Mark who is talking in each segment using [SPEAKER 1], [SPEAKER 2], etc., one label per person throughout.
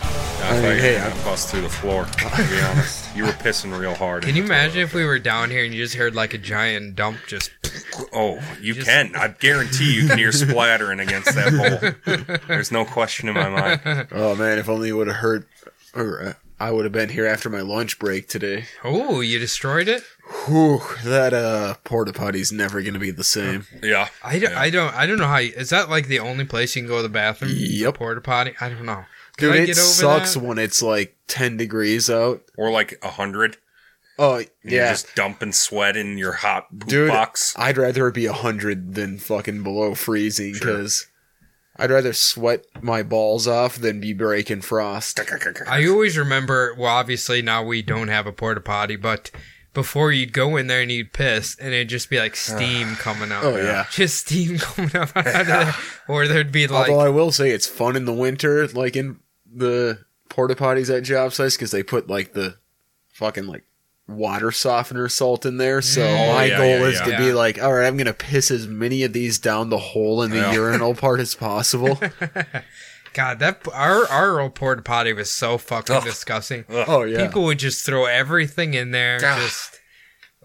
[SPEAKER 1] I
[SPEAKER 2] thought
[SPEAKER 1] mean,
[SPEAKER 2] you
[SPEAKER 1] hey,
[SPEAKER 2] were gonna bust through the floor. To be honest, you were pissing real hard.
[SPEAKER 3] Can you imagine if we were down here and you just heard like a giant dump just
[SPEAKER 2] Oh, you
[SPEAKER 3] Just-
[SPEAKER 2] can. I guarantee you can hear splattering against that hole. There's no question in my mind.
[SPEAKER 1] Oh man, if only you would have heard, or uh, I would have been here after my lunch break today.
[SPEAKER 3] Oh, you destroyed it?
[SPEAKER 1] Whew, that uh porta potty's never gonna be the same.
[SPEAKER 2] Yeah.
[SPEAKER 3] I, d-
[SPEAKER 2] Yeah.
[SPEAKER 3] I don't I don't know how you, is that like the only place you can go to the bathroom?
[SPEAKER 1] Yep.
[SPEAKER 3] Porta potty? I don't know. Can
[SPEAKER 1] Dude,
[SPEAKER 3] I
[SPEAKER 1] it
[SPEAKER 3] get over
[SPEAKER 1] sucks
[SPEAKER 3] that?
[SPEAKER 1] when it's like ten degrees out.
[SPEAKER 2] Or like a hundred.
[SPEAKER 1] Oh
[SPEAKER 2] You're
[SPEAKER 1] yeah,
[SPEAKER 2] just dumping sweat in your hot poop
[SPEAKER 1] Dude,
[SPEAKER 2] box.
[SPEAKER 1] I'd rather it be a hundred than fucking below freezing
[SPEAKER 2] Sure.
[SPEAKER 1] because I'd rather sweat my balls off than be breaking frost.
[SPEAKER 3] I always remember well obviously now we don't have a porta potty, but before you'd go in there and you'd piss and it'd just be like steam coming out.
[SPEAKER 1] Oh, yeah.
[SPEAKER 3] Just steam coming up out of there. Or there'd be like
[SPEAKER 1] Although I will say it's fun in the winter, like in the porta potties at job sites, because they put like the fucking like water softener salt in there. So
[SPEAKER 3] Mm.
[SPEAKER 1] my
[SPEAKER 2] Oh, yeah,
[SPEAKER 1] goal
[SPEAKER 2] yeah,
[SPEAKER 1] is to
[SPEAKER 3] yeah.
[SPEAKER 1] be
[SPEAKER 3] Yeah.
[SPEAKER 1] like, all right, I'm gonna piss as many of these down the hole in the
[SPEAKER 2] Yeah.
[SPEAKER 1] urinal part as possible.
[SPEAKER 3] God, that our our old porta potty was so fucking
[SPEAKER 2] Ugh.
[SPEAKER 3] disgusting.
[SPEAKER 1] oh yeah,
[SPEAKER 3] People would just throw everything in there.
[SPEAKER 2] Ah.
[SPEAKER 3] Just,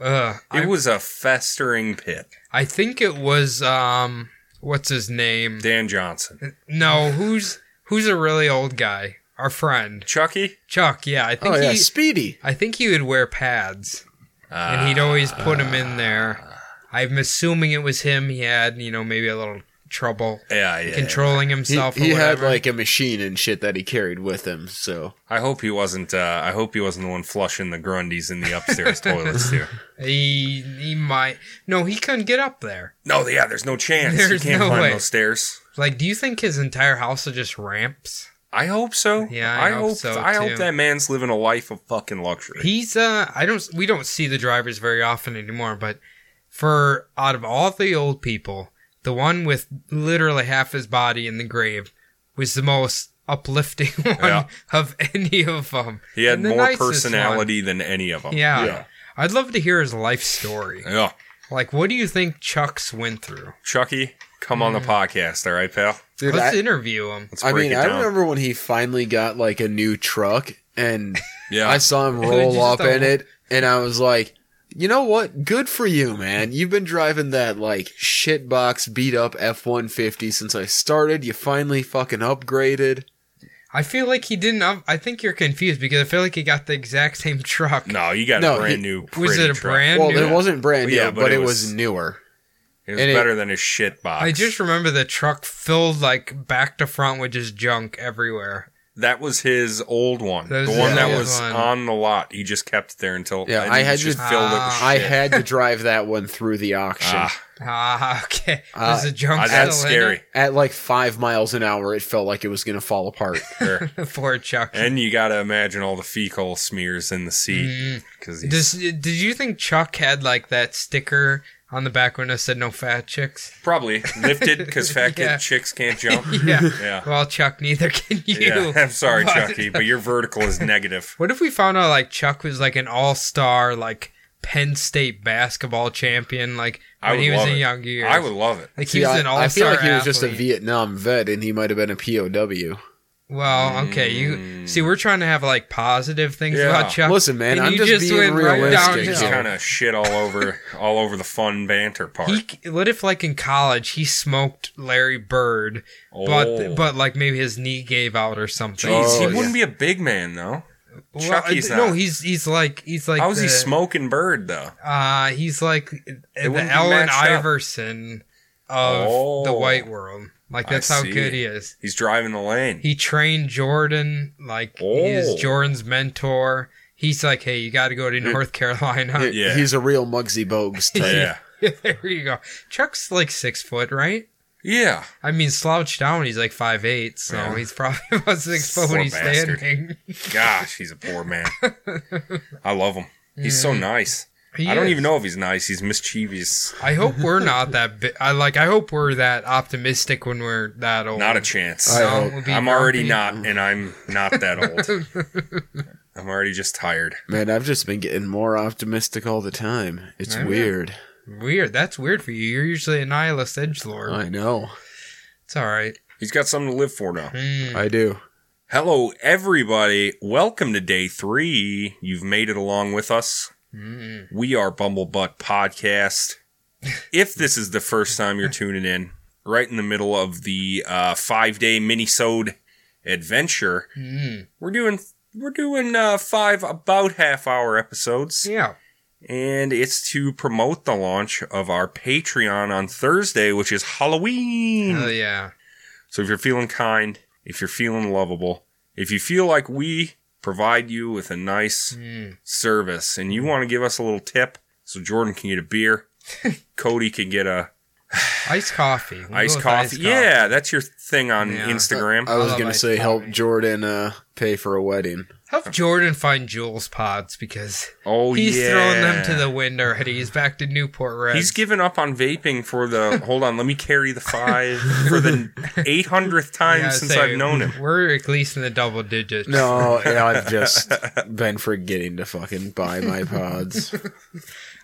[SPEAKER 3] ugh. I,
[SPEAKER 2] It was a festering pit.
[SPEAKER 3] I think it was um, what's his name?
[SPEAKER 2] Dan Johnson.
[SPEAKER 3] No, who's who's a really old guy? Our friend
[SPEAKER 2] Chucky?
[SPEAKER 3] Chuck. Yeah, I think
[SPEAKER 1] oh yeah,
[SPEAKER 3] he.
[SPEAKER 1] Speedy.
[SPEAKER 3] I think he would wear pads, and he'd always put them in there. I'm assuming it was him. He had you know maybe a little trouble
[SPEAKER 2] Yeah, yeah.
[SPEAKER 3] controlling
[SPEAKER 1] He,
[SPEAKER 3] himself.
[SPEAKER 1] he
[SPEAKER 3] or
[SPEAKER 1] had
[SPEAKER 3] whatever.
[SPEAKER 1] like a machine and shit that he carried with him. So
[SPEAKER 2] I hope he wasn't uh I hope he wasn't the one flushing the Grundies in the upstairs toilets too.
[SPEAKER 3] he he might no he couldn't get up there.
[SPEAKER 2] No, yeah, there's no chance.
[SPEAKER 3] There's
[SPEAKER 2] he can't
[SPEAKER 3] no
[SPEAKER 2] climb
[SPEAKER 3] way.
[SPEAKER 2] those stairs.
[SPEAKER 3] Like, do you think his entire house is just ramps?
[SPEAKER 2] I hope so.
[SPEAKER 3] Yeah, I hope so,
[SPEAKER 2] I
[SPEAKER 3] too.
[SPEAKER 2] hope that man's living a life of fucking luxury.
[SPEAKER 3] He's uh, I don't, we don't see the drivers very often anymore, but for out of all the old people, the one with literally half his body in the grave was the most uplifting one
[SPEAKER 2] Yeah.
[SPEAKER 3] of any of them.
[SPEAKER 2] He had
[SPEAKER 3] And the
[SPEAKER 2] more
[SPEAKER 3] nicest one.
[SPEAKER 2] personality than any of them.
[SPEAKER 3] Yeah.
[SPEAKER 1] Yeah.
[SPEAKER 3] I'd love to hear his life story.
[SPEAKER 2] Yeah.
[SPEAKER 3] Like, what do you think Chuck's went through?
[SPEAKER 2] Chucky, come on the
[SPEAKER 3] Mm.
[SPEAKER 2] podcast, all right, pal?
[SPEAKER 1] dude,
[SPEAKER 3] Let's
[SPEAKER 1] I,
[SPEAKER 3] interview him.
[SPEAKER 2] Let's
[SPEAKER 1] I
[SPEAKER 2] break
[SPEAKER 1] mean,
[SPEAKER 2] it
[SPEAKER 1] I
[SPEAKER 2] down.
[SPEAKER 1] remember when he finally got like a new truck and.
[SPEAKER 2] yeah.
[SPEAKER 1] I saw him
[SPEAKER 3] It was
[SPEAKER 1] roll up
[SPEAKER 3] just a-
[SPEAKER 1] in it, and I was like, you know what? Good for you, man. You've been driving that like shitbox beat up F one fifty since I started. You finally fucking upgraded.
[SPEAKER 3] I feel like he didn't. up- I think you're confused because I feel like he got the exact same truck.
[SPEAKER 2] no, you got
[SPEAKER 1] No,
[SPEAKER 2] a brand
[SPEAKER 1] he-
[SPEAKER 2] new
[SPEAKER 3] Was
[SPEAKER 2] pretty
[SPEAKER 3] it a
[SPEAKER 2] truck.
[SPEAKER 3] brand
[SPEAKER 1] well,
[SPEAKER 3] new?
[SPEAKER 1] it wasn't brand new,
[SPEAKER 2] Yeah,
[SPEAKER 1] but, it was, newer.
[SPEAKER 2] It was
[SPEAKER 1] and it-
[SPEAKER 2] better than his shit box.
[SPEAKER 3] I just remember the truck filled like back to front with just junk everywhere.
[SPEAKER 2] That was his old one.
[SPEAKER 3] That was
[SPEAKER 2] the
[SPEAKER 3] his
[SPEAKER 2] one
[SPEAKER 3] old
[SPEAKER 2] that was
[SPEAKER 3] one.
[SPEAKER 2] on the lot. He just kept it there until
[SPEAKER 1] Yeah,
[SPEAKER 2] and
[SPEAKER 1] I
[SPEAKER 2] he
[SPEAKER 1] had
[SPEAKER 2] just
[SPEAKER 3] to-
[SPEAKER 2] filled it with
[SPEAKER 3] Ah.
[SPEAKER 2] shit.
[SPEAKER 1] I had to drive that one through the auction
[SPEAKER 2] Ah,
[SPEAKER 3] Ah, okay.
[SPEAKER 1] Uh,
[SPEAKER 3] Was the junk
[SPEAKER 2] ah,
[SPEAKER 3] still
[SPEAKER 2] that's scary.
[SPEAKER 1] at like five miles an hour. It felt like it was gonna fall apart.
[SPEAKER 2] Sure.
[SPEAKER 3] in it? Poor Chuck.
[SPEAKER 2] and you got to imagine all the fecal smears in the seat
[SPEAKER 3] Mm.
[SPEAKER 2] because
[SPEAKER 3] Does, did you think Chuck had like that sticker on the back window said no fat chicks?
[SPEAKER 2] probably lifted because fat kid
[SPEAKER 3] Yeah.
[SPEAKER 2] chicks can't jump.
[SPEAKER 3] Yeah.
[SPEAKER 2] yeah,
[SPEAKER 3] well, Chuck, neither can you.
[SPEAKER 2] yeah. I'm sorry,
[SPEAKER 3] But-
[SPEAKER 2] Chucky, but your vertical is negative.
[SPEAKER 3] What if we found out like Chuck was like an all star, like Penn State basketball champion, like
[SPEAKER 2] I
[SPEAKER 3] when
[SPEAKER 2] would
[SPEAKER 3] he was
[SPEAKER 2] love
[SPEAKER 3] in
[SPEAKER 2] it.
[SPEAKER 3] young years?
[SPEAKER 2] I would love it.
[SPEAKER 3] Like
[SPEAKER 1] See,
[SPEAKER 3] he was
[SPEAKER 1] I,
[SPEAKER 3] an all star.
[SPEAKER 1] I feel like he was just a
[SPEAKER 3] athlete.
[SPEAKER 1] Vietnam vet, and he might have been a POW.
[SPEAKER 3] Well, okay, you see, we're trying to have like positive things
[SPEAKER 2] Yeah.
[SPEAKER 3] about Chuck.
[SPEAKER 1] Listen, man,
[SPEAKER 3] and
[SPEAKER 1] I'm
[SPEAKER 3] you
[SPEAKER 1] just being
[SPEAKER 3] went right
[SPEAKER 1] realistic
[SPEAKER 3] downhill.
[SPEAKER 2] Just
[SPEAKER 1] Yeah.
[SPEAKER 2] kind of shit all over, all over the fun banter part.
[SPEAKER 3] He, what if like in college he smoked Larry Bird,
[SPEAKER 2] Oh.
[SPEAKER 3] but but like maybe his knee gave out or something?
[SPEAKER 2] Jeez,
[SPEAKER 1] Oh,
[SPEAKER 2] he
[SPEAKER 1] yeah.
[SPEAKER 2] wouldn't be a big man though.
[SPEAKER 3] Well,
[SPEAKER 2] Chucky's
[SPEAKER 3] I- no,
[SPEAKER 2] not.
[SPEAKER 3] he's he's like he's like
[SPEAKER 2] How is he
[SPEAKER 3] the-
[SPEAKER 2] smoking bird though?
[SPEAKER 3] Uh, he's like the
[SPEAKER 2] wouldn't be
[SPEAKER 3] Allen
[SPEAKER 2] matched up.
[SPEAKER 3] Iverson of the
[SPEAKER 2] Oh.
[SPEAKER 3] white world. Like
[SPEAKER 2] I
[SPEAKER 3] that's how
[SPEAKER 2] see.
[SPEAKER 3] good he is.
[SPEAKER 2] He's driving the lane.
[SPEAKER 3] He trained Jordan, like he's
[SPEAKER 2] Oh.
[SPEAKER 3] Jordan's mentor. He's like, hey, you got to go to North Carolina.
[SPEAKER 2] Yeah.
[SPEAKER 1] He's a real Muggsy Bogues type.
[SPEAKER 2] yeah,
[SPEAKER 3] there you go. Chuck's like six foot, right?
[SPEAKER 2] yeah.
[SPEAKER 3] I mean, slouched down, he's like five eight, so
[SPEAKER 2] Yeah.
[SPEAKER 3] he's probably about six foot
[SPEAKER 2] Poor
[SPEAKER 3] when he's
[SPEAKER 2] bastard.
[SPEAKER 3] standing.
[SPEAKER 2] Gosh, he's a poor man. I love him. He's so nice.
[SPEAKER 3] He
[SPEAKER 2] I don't
[SPEAKER 3] is.
[SPEAKER 2] even know if he's nice. He's mischievous.
[SPEAKER 3] I hope we're not that. Bi- I like. I hope we're that optimistic when we're that old.
[SPEAKER 2] Not a chance.
[SPEAKER 1] I hope.
[SPEAKER 3] we'll be
[SPEAKER 2] I'm already
[SPEAKER 3] grumpy.
[SPEAKER 2] not, and I'm not that old. I'm already just tired.
[SPEAKER 1] Man, I've just been getting more optimistic all the time. It's
[SPEAKER 3] Yeah.
[SPEAKER 1] weird.
[SPEAKER 3] weird. That's weird for you. You're usually a nihilist edge lord.
[SPEAKER 1] I know.
[SPEAKER 3] It's all right.
[SPEAKER 2] He's got something to live for now.
[SPEAKER 3] Mm.
[SPEAKER 1] I do.
[SPEAKER 2] Hello, everybody. Welcome to day three. You've made it along with us.
[SPEAKER 3] Mm.
[SPEAKER 2] We are Bumblebutt Podcast. If this is the first time you're tuning in, right in the middle of the uh, five day minisode adventure,
[SPEAKER 3] Mm.
[SPEAKER 2] we're doing we're doing uh, five about half hour episodes,
[SPEAKER 3] Yeah.
[SPEAKER 2] and it's to promote the launch of our Patreon on Thursday, which is Halloween.
[SPEAKER 3] Hell yeah.
[SPEAKER 2] So if you're feeling kind, if you're feeling lovable, if you feel like we provide you with a nice
[SPEAKER 3] Mm.
[SPEAKER 2] service and you
[SPEAKER 3] Hmm.
[SPEAKER 2] want to give us a little tip, so Jordan can get a beer, Cody can get a
[SPEAKER 3] Iced coffee. We'll go
[SPEAKER 2] iced
[SPEAKER 3] with
[SPEAKER 2] coffee.
[SPEAKER 3] iced
[SPEAKER 2] Yeah, that's your thing on
[SPEAKER 3] Yeah. Uh,
[SPEAKER 2] Instagram.
[SPEAKER 1] I was
[SPEAKER 3] love
[SPEAKER 1] gonna
[SPEAKER 3] ice
[SPEAKER 1] say help
[SPEAKER 3] coffee.
[SPEAKER 1] Jordan uh, pay for a wedding.
[SPEAKER 3] Help Jordan find Jules pods because
[SPEAKER 2] oh
[SPEAKER 3] he's
[SPEAKER 2] yeah,
[SPEAKER 3] throwing them to the wind already. He's back to Newport Red.
[SPEAKER 2] He's given up on vaping for the. hold on, let me carry the five for the eight hundredth time since I've known him.
[SPEAKER 3] We're at least in the double digits.
[SPEAKER 1] No, yeah, I've just been forgetting to fucking buy my pods.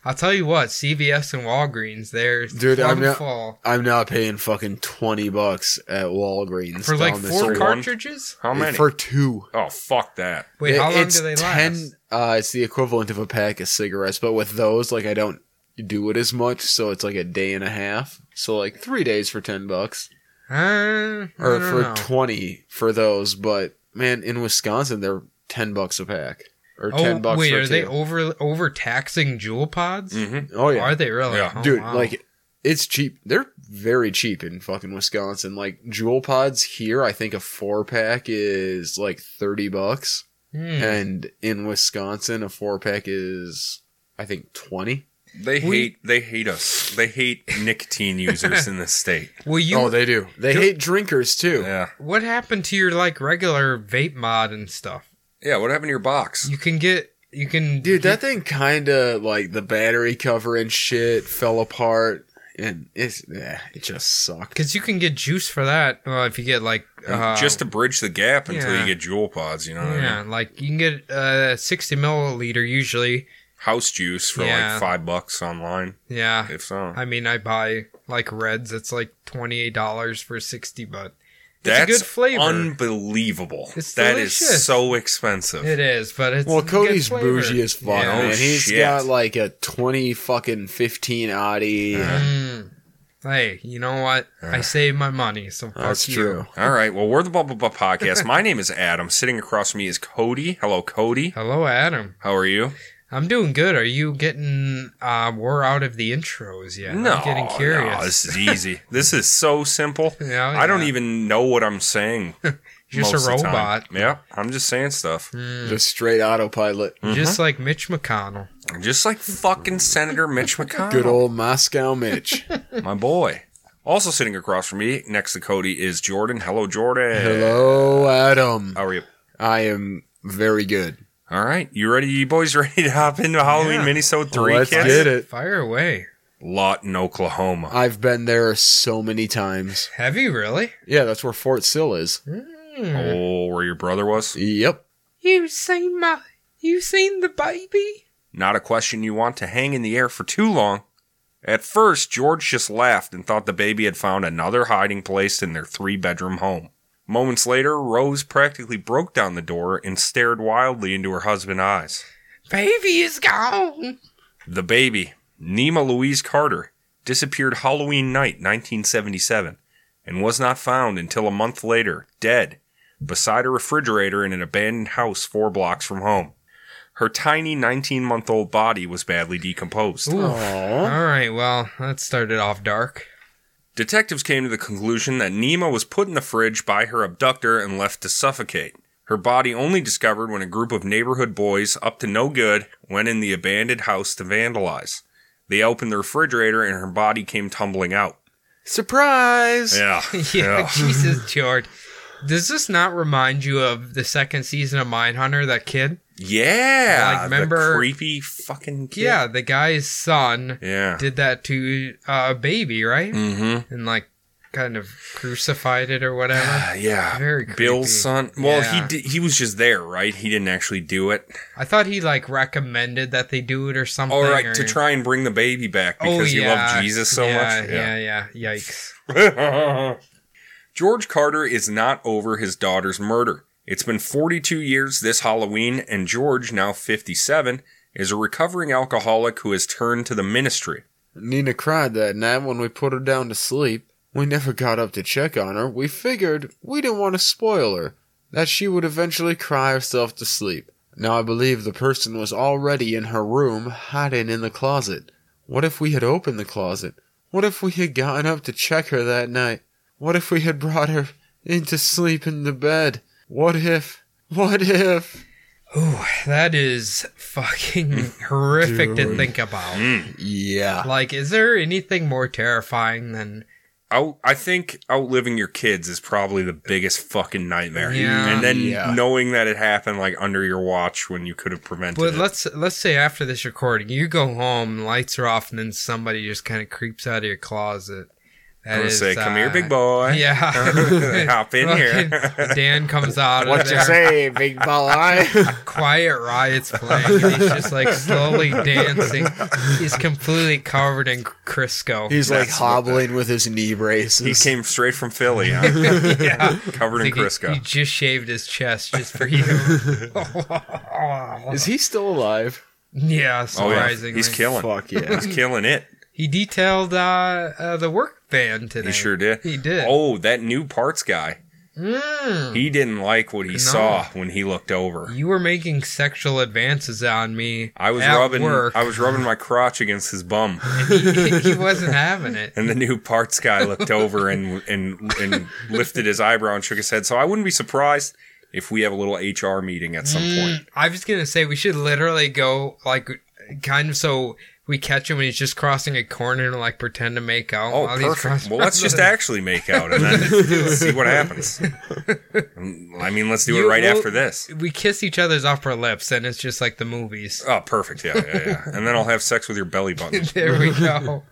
[SPEAKER 3] I'll tell you what, CVS and Walgreens, they're
[SPEAKER 1] Dude, I'm
[SPEAKER 3] plumb
[SPEAKER 1] not-
[SPEAKER 3] full
[SPEAKER 1] I'm not paying fucking twenty bucks at Walgreens
[SPEAKER 3] for like
[SPEAKER 1] down the
[SPEAKER 3] four
[SPEAKER 1] street.
[SPEAKER 2] car-
[SPEAKER 3] cartridges.
[SPEAKER 2] How many?
[SPEAKER 1] for two.
[SPEAKER 2] oh fuck that!
[SPEAKER 3] Wait,
[SPEAKER 1] It-
[SPEAKER 3] how long
[SPEAKER 1] it's
[SPEAKER 3] do they
[SPEAKER 1] Ten.
[SPEAKER 3] last?
[SPEAKER 1] Uh, it's the equivalent of a pack of cigarettes, but with those, like, I don't do it as much, so it's like a day and a half. So like three days for ten bucks,
[SPEAKER 3] Uh,
[SPEAKER 1] or
[SPEAKER 3] I don't
[SPEAKER 1] for
[SPEAKER 3] know.
[SPEAKER 1] twenty for those. But man, in Wisconsin, they're ten bucks a pack, or
[SPEAKER 3] Oh,
[SPEAKER 1] ten bucks.
[SPEAKER 3] wait,
[SPEAKER 1] for
[SPEAKER 3] are
[SPEAKER 1] two.
[SPEAKER 3] they over overtaxing jewel pods?
[SPEAKER 2] hmm
[SPEAKER 1] Oh yeah,
[SPEAKER 3] Are they really?
[SPEAKER 2] Yeah.
[SPEAKER 3] Oh,
[SPEAKER 1] dude
[SPEAKER 3] wow.
[SPEAKER 1] like it's cheap they're very cheap in fucking wisconsin like jewel pods here i think a four pack is like 30 bucks
[SPEAKER 3] Hmm.
[SPEAKER 1] and in wisconsin a four pack is i think 20
[SPEAKER 2] They
[SPEAKER 3] We-
[SPEAKER 2] hate they hate us. They hate nicotine users in this state.
[SPEAKER 3] Well, you
[SPEAKER 1] oh they do they
[SPEAKER 3] Ju-
[SPEAKER 1] hate drinkers too
[SPEAKER 2] Yeah.
[SPEAKER 3] what happened to your like regular vape mod and stuff?
[SPEAKER 2] Yeah, what happened to your box?
[SPEAKER 3] You can get you can
[SPEAKER 1] dude that
[SPEAKER 3] get-
[SPEAKER 1] thing kinda like the battery cover and shit fell apart and it's eh, it just sucked
[SPEAKER 3] Because you can get juice for that. Well, if you get like uh,
[SPEAKER 2] Just to bridge the gap until
[SPEAKER 3] yeah.
[SPEAKER 2] you get jewel pods, you know. what I mean?
[SPEAKER 3] yeah, like you can get uh, sixty milliliter usually.
[SPEAKER 2] House juice for
[SPEAKER 3] Yeah.
[SPEAKER 2] like five bucks online,
[SPEAKER 3] Yeah,
[SPEAKER 2] if so.
[SPEAKER 3] I mean I buy like Reds. It's like twenty eight dollars for sixty, but it's
[SPEAKER 2] That's
[SPEAKER 3] a good flavor.
[SPEAKER 2] unbelievable. That
[SPEAKER 3] It's
[SPEAKER 2] is
[SPEAKER 3] delicious.
[SPEAKER 2] so expensive.
[SPEAKER 3] it is, but it's
[SPEAKER 1] well,
[SPEAKER 3] a good
[SPEAKER 1] Cody's
[SPEAKER 3] flavor.
[SPEAKER 1] bougie as fuck,
[SPEAKER 3] Yeah.
[SPEAKER 1] man.
[SPEAKER 2] Oh,
[SPEAKER 1] He's
[SPEAKER 2] shit.
[SPEAKER 1] got like a twenty fucking fifteen Audi.
[SPEAKER 2] Oh, Yeah.
[SPEAKER 3] Mm. Hey, you know what? I
[SPEAKER 2] Uh.
[SPEAKER 3] saved my money, so fuck
[SPEAKER 1] That's
[SPEAKER 3] you.
[SPEAKER 1] true.
[SPEAKER 2] All right. Well, we're the Bubble Butt Podcast. My name is Adam. Sitting across from me is Cody. Hello, Cody.
[SPEAKER 3] Hello, Adam.
[SPEAKER 2] How are you?
[SPEAKER 3] I'm doing good. Are you getting uh, wore out of the intros yet?
[SPEAKER 2] no,
[SPEAKER 3] I'm getting
[SPEAKER 2] no,
[SPEAKER 3] curious. Oh,
[SPEAKER 2] this is easy. this is so simple.
[SPEAKER 3] Yeah,
[SPEAKER 2] I don't
[SPEAKER 3] yeah.
[SPEAKER 2] even know what I'm saying.
[SPEAKER 3] Just
[SPEAKER 2] most
[SPEAKER 3] a
[SPEAKER 2] of the time.
[SPEAKER 3] robot.
[SPEAKER 2] Yeah, I'm just saying stuff.
[SPEAKER 3] Mm.
[SPEAKER 1] Just straight autopilot.
[SPEAKER 2] Mm-hmm.
[SPEAKER 3] Just like Mitch McConnell.
[SPEAKER 2] Just like fucking Senator Mitch McConnell.
[SPEAKER 3] Oh.
[SPEAKER 1] Good old Moscow Mitch.
[SPEAKER 2] my boy. Also sitting across from me, next to Cody, is Jordan. Hello, Jordan.
[SPEAKER 1] Hello, Adam.
[SPEAKER 2] How are you?
[SPEAKER 1] I am very good.
[SPEAKER 2] All right, you ready? You boys ready to hop into Halloween
[SPEAKER 3] Yeah.
[SPEAKER 2] minisode 3
[SPEAKER 1] Let's
[SPEAKER 2] kids?
[SPEAKER 1] get it.
[SPEAKER 3] Fire away.
[SPEAKER 2] Lawton, Oklahoma.
[SPEAKER 1] I've been there so many times.
[SPEAKER 3] Have you really?
[SPEAKER 1] Yeah, that's where Fort Sill is.
[SPEAKER 3] Mm.
[SPEAKER 2] Oh, where your brother was?
[SPEAKER 1] Yep.
[SPEAKER 3] You seen my? You seen the baby?
[SPEAKER 2] Not a question you want to hang in the air for too long. At first, George just laughed and thought the baby had found another hiding place in their three bedroom home. Moments later, Rose practically broke down the door and stared wildly into her husband's eyes.
[SPEAKER 3] Baby is gone.
[SPEAKER 2] The baby, Nema Louise Carter, disappeared Halloween night 1977 and was not found until a month later, dead, beside a refrigerator in an abandoned house four blocks from home. Her tiny 19 month old body was badly decomposed.
[SPEAKER 3] Ooh.
[SPEAKER 1] Aww.
[SPEAKER 3] All right. Well, that started off dark.
[SPEAKER 2] Detectives came to the conclusion that Nema was put in the fridge by her abductor and left to suffocate. Her body only discovered when a group of neighborhood boys up to no good went in the abandoned house to vandalize. They opened the refrigerator and her body came tumbling out.
[SPEAKER 1] Surprise!
[SPEAKER 2] Yeah.
[SPEAKER 3] yeah, Jesus, George. Does this not remind you of the second season of Mindhunter? That kid.
[SPEAKER 2] Yeah.
[SPEAKER 3] Like,
[SPEAKER 2] the
[SPEAKER 3] remember-
[SPEAKER 2] creepy fucking kid.
[SPEAKER 3] Yeah, the guy's son
[SPEAKER 2] Yeah.
[SPEAKER 3] did that to uh, a baby, right?
[SPEAKER 2] Mm-hmm.
[SPEAKER 3] And like, kind of crucified it or whatever.
[SPEAKER 2] Yeah.
[SPEAKER 3] Very creepy.
[SPEAKER 2] Bill's son. Well,
[SPEAKER 3] Yeah.
[SPEAKER 2] he did, he was just there, right? He didn't actually do it.
[SPEAKER 3] I thought he like recommended that they do it or something.
[SPEAKER 2] All right,
[SPEAKER 3] or-
[SPEAKER 2] to try and bring the baby back because he loved Jesus so
[SPEAKER 3] Oh, yeah,
[SPEAKER 2] much.
[SPEAKER 3] Yeah, yeah, Yikes.
[SPEAKER 2] George Carter is not over his daughter's murder. It's been 42 years this Halloween, and George, now 57, is a recovering alcoholic who has turned to the ministry.
[SPEAKER 1] Nina cried that night when we put her down to sleep. We never got up to check on her. We figured we didn't want to spoil her, that she would eventually cry herself to sleep. Now I believe the person was already in her room, hiding in the closet. What if we had opened the closet? What if we had gotten up to check her that night? What if we had brought her into sleep in the bed? What if? What if?
[SPEAKER 3] Ooh, that is fucking horrific to think about.
[SPEAKER 2] Mm.
[SPEAKER 1] Yeah.
[SPEAKER 3] Like, is there anything more terrifying than
[SPEAKER 2] Out, I think outliving your kids is probably the biggest fucking nightmare.
[SPEAKER 3] Yeah.
[SPEAKER 2] And then
[SPEAKER 1] Yeah.
[SPEAKER 2] knowing that it happened like under your watch when you could have prevented
[SPEAKER 3] But
[SPEAKER 2] it.
[SPEAKER 3] let's let's say after this recording, you go home, lights are off, and then somebody just kind of creeps out of your closet. That
[SPEAKER 2] I'm gonna
[SPEAKER 3] is,
[SPEAKER 2] say, come here,
[SPEAKER 3] uh,
[SPEAKER 2] big boy.
[SPEAKER 3] Yeah,
[SPEAKER 2] Hop in here.
[SPEAKER 3] Fucking Dan comes out of there.
[SPEAKER 1] say, big boy?
[SPEAKER 3] Quiet riots playing. and he's just like slowly dancing. He's completely covered in Crisco.
[SPEAKER 1] He's like
[SPEAKER 2] That's what
[SPEAKER 1] hobbling with his knee braces.
[SPEAKER 2] He came straight from Philly, huh?
[SPEAKER 3] yeah,
[SPEAKER 2] covered in
[SPEAKER 3] Like, he-
[SPEAKER 2] Crisco.
[SPEAKER 3] He, just shaved his chest just for you.
[SPEAKER 1] Is he still alive?
[SPEAKER 3] yeah,
[SPEAKER 2] Oh yeah,
[SPEAKER 3] surprisingly,
[SPEAKER 2] he's killing.
[SPEAKER 1] Fuck yeah.
[SPEAKER 2] He's killing it.
[SPEAKER 3] He detailed uh, uh, the work van today.
[SPEAKER 2] He sure did.
[SPEAKER 3] He did.
[SPEAKER 2] Oh, that new parts guy.
[SPEAKER 3] Mm.
[SPEAKER 2] He didn't like what he
[SPEAKER 3] No.
[SPEAKER 2] saw when he looked over.
[SPEAKER 3] You were making sexual advances on me.
[SPEAKER 2] I was
[SPEAKER 3] at
[SPEAKER 2] rubbing
[SPEAKER 3] Work.
[SPEAKER 2] I was rubbing my crotch against his bum.
[SPEAKER 3] he, he wasn't having it.
[SPEAKER 2] And the new parts guy looked over and and and lifted his eyebrow and shook his head. So I wouldn't be surprised if we have a little HR meeting at some point.
[SPEAKER 3] Mm, I was gonna say we should literally go like kind of so we catch him when he's just crossing a corner and like pretend to make out.
[SPEAKER 2] Oh,
[SPEAKER 3] while he's
[SPEAKER 2] perfect.
[SPEAKER 3] crossing-
[SPEAKER 2] Well, let's just actually make out and then see what happens. I mean, let's do it
[SPEAKER 3] You-
[SPEAKER 2] right
[SPEAKER 3] well-
[SPEAKER 2] after this.
[SPEAKER 3] We kiss each other's upper lips, and it's just like the movies.
[SPEAKER 2] Oh, perfect. Yeah, yeah, yeah. And then I'll have sex with your belly button.
[SPEAKER 3] there we go.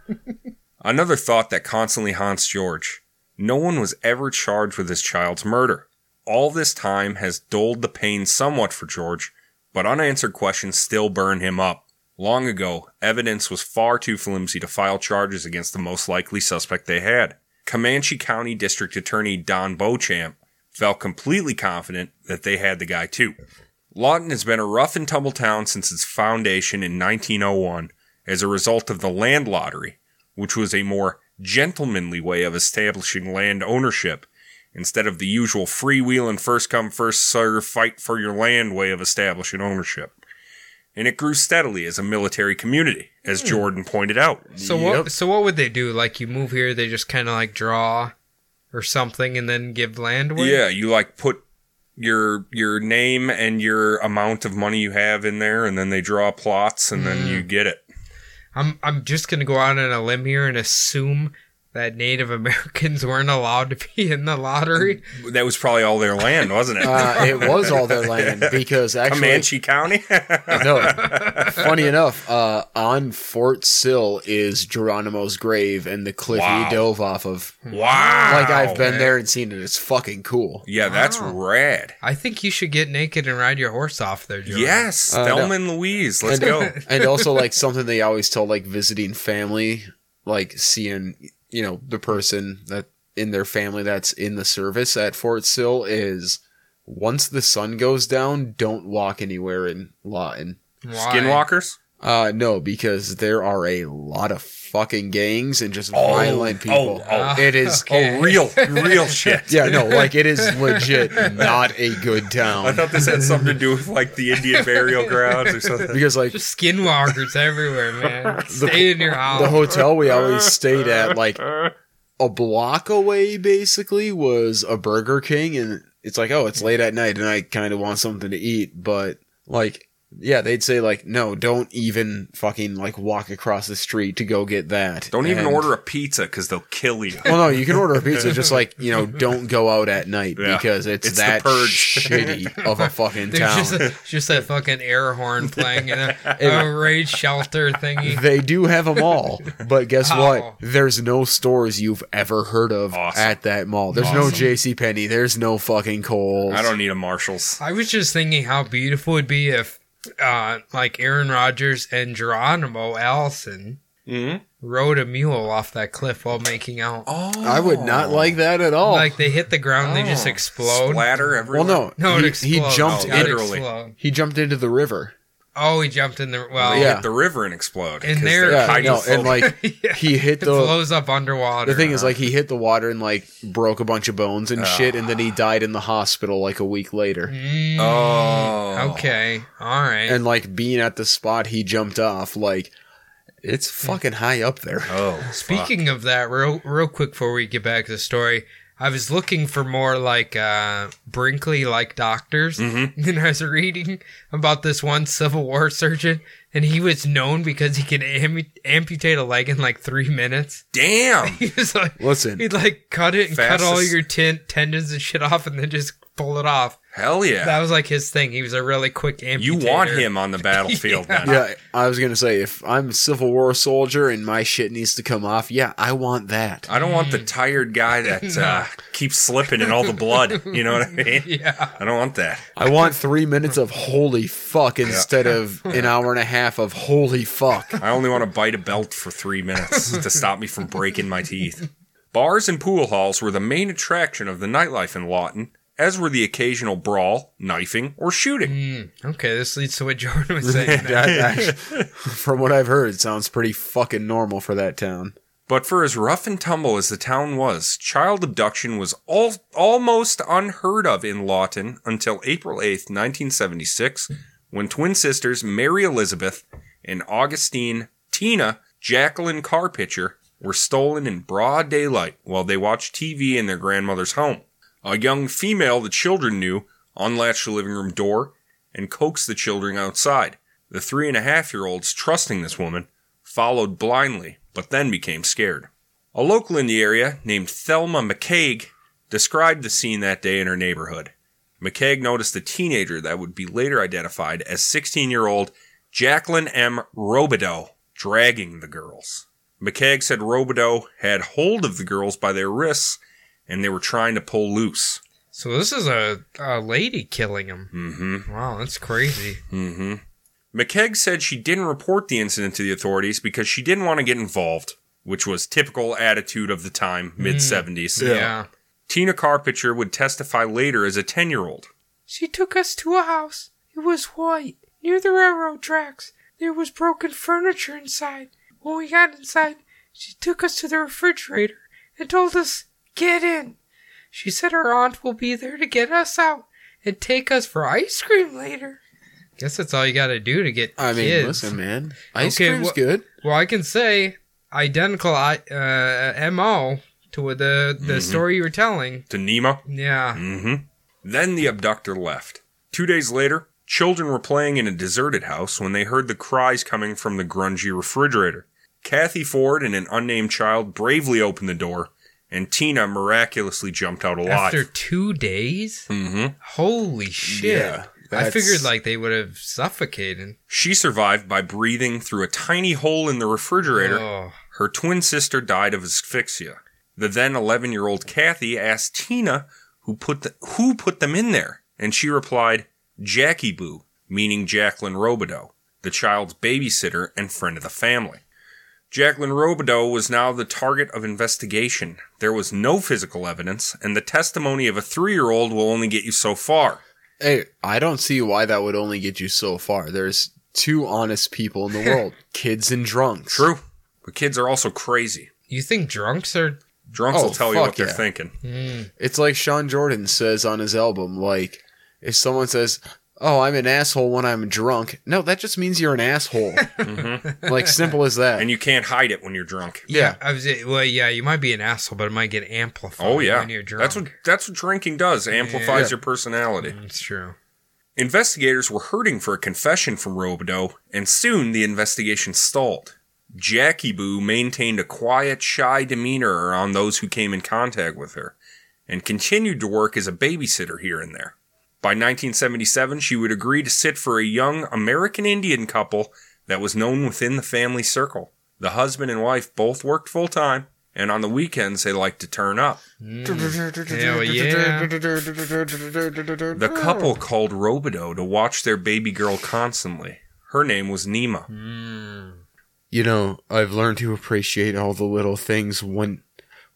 [SPEAKER 2] Another thought that constantly haunts George no one was ever charged with his child's murder. All this time has dulled the pain somewhat for George, but unanswered questions still burn him up. Long ago, evidence was far too flimsy to file charges against the most likely suspect they had. Comanche County District Attorney Don Beauchamp felt completely confident that they had the guy too. Lawton has been a rough and tumble town since its foundation in 1901 as a result of the land lottery, which was a more gentlemanly way of establishing land ownership instead of the usual freewheeling first come first serve fight for your land way of establishing ownership. And it grew steadily as a military community,
[SPEAKER 1] Hmm.
[SPEAKER 2] as Jordan pointed out.
[SPEAKER 3] So
[SPEAKER 1] Yep.
[SPEAKER 3] what? So what would they do? Like you move here, they just kind of like draw or something, and then give land away.
[SPEAKER 2] Yeah, you like put your your name and your amount of money you have in there and then they draw plots and then
[SPEAKER 1] Hmm.
[SPEAKER 2] you get it.
[SPEAKER 3] I'm I'm just gonna go out on a limb here and assume that Native Americans weren't allowed to be in the lottery.
[SPEAKER 2] That was probably all their land, wasn't it?
[SPEAKER 1] Uh, it was all their land because actually,
[SPEAKER 2] Comanche County?
[SPEAKER 1] no. Funny enough, uh, on Fort Sill is Geronimo's grave and the cliff
[SPEAKER 2] Wow.
[SPEAKER 1] he dove off of.
[SPEAKER 2] wow.
[SPEAKER 1] Like I've been
[SPEAKER 3] man.
[SPEAKER 1] there and seen it. It's fucking cool.
[SPEAKER 2] Yeah, that's
[SPEAKER 3] Wow.
[SPEAKER 2] rad.
[SPEAKER 3] I think you should get naked and ride your horse off there, Joe.
[SPEAKER 2] Yes,
[SPEAKER 1] Uh, no.
[SPEAKER 2] Thelma and Louise. Let's
[SPEAKER 1] and,
[SPEAKER 2] go.
[SPEAKER 1] and also like something they always tell like visiting family, like seeing you know the person that in their family that's in the service at Fort Sill is once the sun goes down, don't walk anywhere in Lawton.
[SPEAKER 3] Why?
[SPEAKER 2] Skinwalkers?
[SPEAKER 1] Uh, no, because there are a lot of fucking gangs and just violent people. Ah,
[SPEAKER 2] oh,
[SPEAKER 1] It is.
[SPEAKER 3] Okay.
[SPEAKER 2] Oh, real, real shit.
[SPEAKER 1] Yeah, no, like it is legit not a good
[SPEAKER 2] I
[SPEAKER 1] town
[SPEAKER 2] thought this had something to do with like the Indian burial grounds or something.
[SPEAKER 1] because like
[SPEAKER 3] Just skinwalkers everywhere, man. Stay in your house.
[SPEAKER 1] the hotel we always stayed at, like a block away, basically was a Burger King, and it's like, oh, it's late at night, and I kind of want something to eat, but like, yeah, they'd say like, no, don't even fucking like walk across the street to go get that.
[SPEAKER 2] Don't even
[SPEAKER 1] And-
[SPEAKER 2] order a pizza because they'll kill you.
[SPEAKER 1] Well, no, you can order a pizza. Just like you know, don't go out at night
[SPEAKER 2] Yeah.
[SPEAKER 1] because it's,
[SPEAKER 2] It's the
[SPEAKER 1] that
[SPEAKER 2] purge.
[SPEAKER 1] shitty of a fucking
[SPEAKER 3] There's
[SPEAKER 1] town.
[SPEAKER 3] just a, just that fucking air horn playing in a, a rage shelter thingy.
[SPEAKER 1] They do have a mall, but guess
[SPEAKER 3] Oh.
[SPEAKER 1] what? There's no stores you've ever heard of
[SPEAKER 2] Awesome.
[SPEAKER 1] at that mall. There's no
[SPEAKER 2] Awesome.
[SPEAKER 1] JC Penney. There's no fucking Kohl's.
[SPEAKER 2] I don't need a Marshalls.
[SPEAKER 3] I was just thinking how beautiful it'd be if, uh, like Aaron Rodgers and Geronimo Allison
[SPEAKER 2] Mm-hmm.
[SPEAKER 3] rode a mule off that cliff while making out.
[SPEAKER 2] Oh,
[SPEAKER 1] I would not like that at all.
[SPEAKER 3] Like they hit the ground, they just
[SPEAKER 2] Oh.
[SPEAKER 3] explode.
[SPEAKER 2] Splatter
[SPEAKER 1] well,
[SPEAKER 2] everywhere.
[SPEAKER 1] no,
[SPEAKER 3] No, it
[SPEAKER 1] he, he
[SPEAKER 3] explodes.
[SPEAKER 1] jumped.
[SPEAKER 2] Oh,
[SPEAKER 3] It
[SPEAKER 1] in,
[SPEAKER 2] literally.
[SPEAKER 3] explodes.
[SPEAKER 1] he jumped into the river.
[SPEAKER 3] Oh, he jumped in the well.
[SPEAKER 2] They
[SPEAKER 1] Yeah.
[SPEAKER 2] hit the river and explode.
[SPEAKER 3] And
[SPEAKER 2] 'cause
[SPEAKER 3] they're-
[SPEAKER 2] they're
[SPEAKER 1] Yeah, no, and
[SPEAKER 2] hydrophobic.
[SPEAKER 1] like
[SPEAKER 3] Yeah.
[SPEAKER 1] he hit
[SPEAKER 3] It
[SPEAKER 1] the
[SPEAKER 3] blows up underwater.
[SPEAKER 1] The thing is, like, he hit the water and like broke a bunch of bones
[SPEAKER 2] Ah.
[SPEAKER 1] and shit, and then he died in the hospital like a week later.
[SPEAKER 3] Mm,
[SPEAKER 2] Oh.
[SPEAKER 3] okay, all right.
[SPEAKER 1] And like being at the spot he jumped off, like it's fucking high up there.
[SPEAKER 2] oh, speaking.
[SPEAKER 3] Speaking of that, real real quick before we get back to the story, I was looking for more like uh, Brinkley like doctors,
[SPEAKER 2] Mhm.
[SPEAKER 3] and I was reading about this one Civil War surgeon, and he was known because he could ampu- amputate a leg in like three minutes.
[SPEAKER 2] Damn.
[SPEAKER 3] He was like,
[SPEAKER 1] Listen,
[SPEAKER 3] he'd like cut it and cut all
[SPEAKER 2] Fastest-
[SPEAKER 3] your ten- tendons and shit off, and then just pull it off.
[SPEAKER 2] Hell yeah.
[SPEAKER 3] That was like his thing. He was a really quick amputator.
[SPEAKER 2] You want him on the battlefield then.
[SPEAKER 1] yeah, I was gonna say if I'm a Civil War soldier and my shit needs to come off, yeah, I want that.
[SPEAKER 2] I don't want the tired guy that uh, keeps slipping in all the blood. You know what I mean?
[SPEAKER 3] Yeah.
[SPEAKER 2] I don't want that.
[SPEAKER 1] I want three minutes of holy fuck instead of an hour and a half of holy fuck.
[SPEAKER 2] I only want to bite a belt for three minutes to stop me from breaking my teeth. Bars and pool halls were the main attraction of the nightlife in Lawton, as were the occasional brawl, knifing, or shooting.
[SPEAKER 3] Mm, okay, this leads to what Jordan was saying.
[SPEAKER 1] That- that- from what I've heard, it sounds pretty fucking normal for that town.
[SPEAKER 2] But for as rough and tumble as the town was, child abduction was al- almost unheard of in Lawton until April 8th, 1976, when twin sisters Mary Elizabeth and Augustine Tina Jacqueline Carpitcher were stolen in broad daylight while they watched TV in their grandmother's home. A young female the children knew unlatched the living room door and coaxed the children outside. The three and a half year olds, trusting this woman, followed blindly, but then became scared. A local in the area named Thelma McCaig described the scene that day in her neighborhood. McCaig noticed a teenager that would be later identified as 16 year old Jacqueline M. Robideau dragging the girls. McCaig said Robideau had hold of the girls by their wrists and they were trying to pull loose.
[SPEAKER 3] So this is a, a lady killing him.
[SPEAKER 2] Mm hmm.
[SPEAKER 3] Wow, that's crazy.
[SPEAKER 2] hmm McKeag said she didn't report the incident to the authorities because she didn't want to get involved, which was typical attitude of the time, mid 70s.
[SPEAKER 3] Mm. Yeah.
[SPEAKER 2] Tina Carpenter would testify later as a 10 year old.
[SPEAKER 3] She took us to a house. It was white, near the railroad tracks. There was broken furniture inside. When we got inside, she took us to the refrigerator and told us, Get in. She said her aunt will be there to get us out and take us for ice cream later. Guess that's all you gotta do to get
[SPEAKER 1] I mean,
[SPEAKER 3] kids.
[SPEAKER 1] listen, man, ice
[SPEAKER 3] Okay,
[SPEAKER 1] cream's
[SPEAKER 3] wha-
[SPEAKER 1] good.
[SPEAKER 3] Well, I can say identical I- uh, mo to what the the
[SPEAKER 1] Mm-hmm.
[SPEAKER 3] story you were telling.
[SPEAKER 2] To Nemo.
[SPEAKER 3] Yeah.
[SPEAKER 2] hmm Then the abductor left. Two days later, children were playing in a deserted house when they heard the cries coming from the grungy refrigerator. Kathy Ford and an unnamed child bravely opened the door, and Tina miraculously jumped out alive.
[SPEAKER 3] After two days,
[SPEAKER 2] hmm
[SPEAKER 3] holy shit!
[SPEAKER 1] Yeah,
[SPEAKER 3] I
[SPEAKER 1] that's-
[SPEAKER 3] figured like they would have suffocated.
[SPEAKER 2] She survived by breathing through a tiny hole in the refrigerator.
[SPEAKER 3] Oh,
[SPEAKER 2] Her twin sister died of asphyxia. The then 11-year-old Kathy asked Tina who put the, who put them in there, and she replied, "Jackie Boo," meaning Jacqueline Robideau, the child's babysitter and friend of the family. Jacqueline Robideau was now the target of investigation. There was no physical evidence, and the testimony of a 3-year-old will only get you so far.
[SPEAKER 1] Hey, I don't see why that would only get you so far. There's two honest people in the world: kids and drunks.
[SPEAKER 2] True. But kids are also crazy.
[SPEAKER 3] you think drunks are?
[SPEAKER 2] Drunks
[SPEAKER 1] Oh,
[SPEAKER 2] will tell you what
[SPEAKER 1] fuck
[SPEAKER 2] they're
[SPEAKER 1] yeah.
[SPEAKER 2] thinking.
[SPEAKER 3] Mm,
[SPEAKER 1] It's like Sean Jordan says on his album, like if someone says, "Oh, I'm an asshole when I'm drunk," no, that just means you're an asshole. Like simple as that.
[SPEAKER 2] And you can't hide it when you're drunk.
[SPEAKER 1] Yeah.
[SPEAKER 3] I was. Well, yeah, you might be an asshole, but it might get amplified.
[SPEAKER 2] Oh yeah.
[SPEAKER 3] when you're drunk.
[SPEAKER 2] That's what that's what drinking does. Amplifies
[SPEAKER 1] Yeah.
[SPEAKER 2] your personality.
[SPEAKER 3] That's true.
[SPEAKER 2] Investigators were hurting for a confession from Robideau, and soon the investigation stalled. Jackie Boo maintained a quiet, shy demeanor around those who came in contact with her, and continued to work as a babysitter here and there. By 1977, she would agree to sit for a young American Indian couple that was known within the family circle. The husband and wife both worked full time, and on the weekends they liked to turn up.
[SPEAKER 3] Mm. Hell yeah.
[SPEAKER 2] The couple called
[SPEAKER 3] Mm.
[SPEAKER 2] Robideau to watch their baby girl constantly. Her name was Nima.
[SPEAKER 1] You know, I've learned to appreciate all the little things when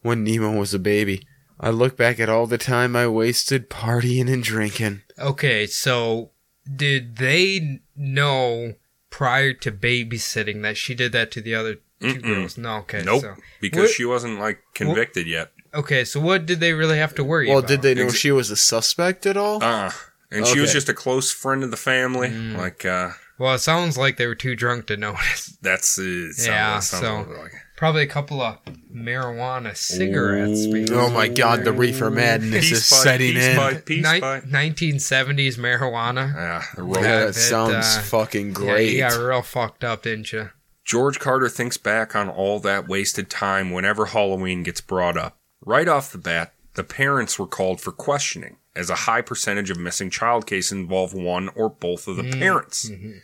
[SPEAKER 1] when Nemo was a baby. I look back at all the time I wasted partying and drinking.
[SPEAKER 3] Okay, so did they know prior to babysitting that she did that to the other 2
[SPEAKER 2] Mm-mm.
[SPEAKER 3] girls? No, okay.
[SPEAKER 2] Nope,
[SPEAKER 3] So,
[SPEAKER 2] because
[SPEAKER 3] What-
[SPEAKER 2] she wasn't like convicted yet.
[SPEAKER 3] okay, so what did they really have to worry
[SPEAKER 1] Well,
[SPEAKER 3] about?
[SPEAKER 1] did they know
[SPEAKER 2] Ex-
[SPEAKER 1] she was a suspect at all?
[SPEAKER 2] Uh, and she was
[SPEAKER 1] Okay.
[SPEAKER 2] just a close friend of the family.
[SPEAKER 3] Mm.
[SPEAKER 2] Like uh,
[SPEAKER 3] Well, it sounds like they were too drunk to notice.
[SPEAKER 2] that's uh, it sounds,
[SPEAKER 3] Yeah,
[SPEAKER 2] it sounds a
[SPEAKER 3] so-
[SPEAKER 2] little bit like
[SPEAKER 3] Probably a couple of marijuana cigarettes.
[SPEAKER 2] Ooh.
[SPEAKER 3] because-
[SPEAKER 1] oh my god, the reefer madness is
[SPEAKER 2] peace pipe,
[SPEAKER 1] setting
[SPEAKER 2] peace
[SPEAKER 1] in.
[SPEAKER 2] pipe, peace
[SPEAKER 3] Ni-
[SPEAKER 2] pipe.
[SPEAKER 3] 1970s marijuana.
[SPEAKER 2] Yeah, the
[SPEAKER 1] Yeah,
[SPEAKER 2] road.
[SPEAKER 1] that
[SPEAKER 3] It,
[SPEAKER 1] sounds
[SPEAKER 3] uh,
[SPEAKER 1] fucking
[SPEAKER 3] Yeah,
[SPEAKER 1] great.
[SPEAKER 3] you got real fucked up, didn't you?
[SPEAKER 2] George Carter thinks back on all that wasted time whenever Halloween gets brought up. Right off the bat, the parents were called for questioning, as a high percentage of missing child cases involve one or both of the
[SPEAKER 3] Mm.
[SPEAKER 2] parents.
[SPEAKER 3] Mhm.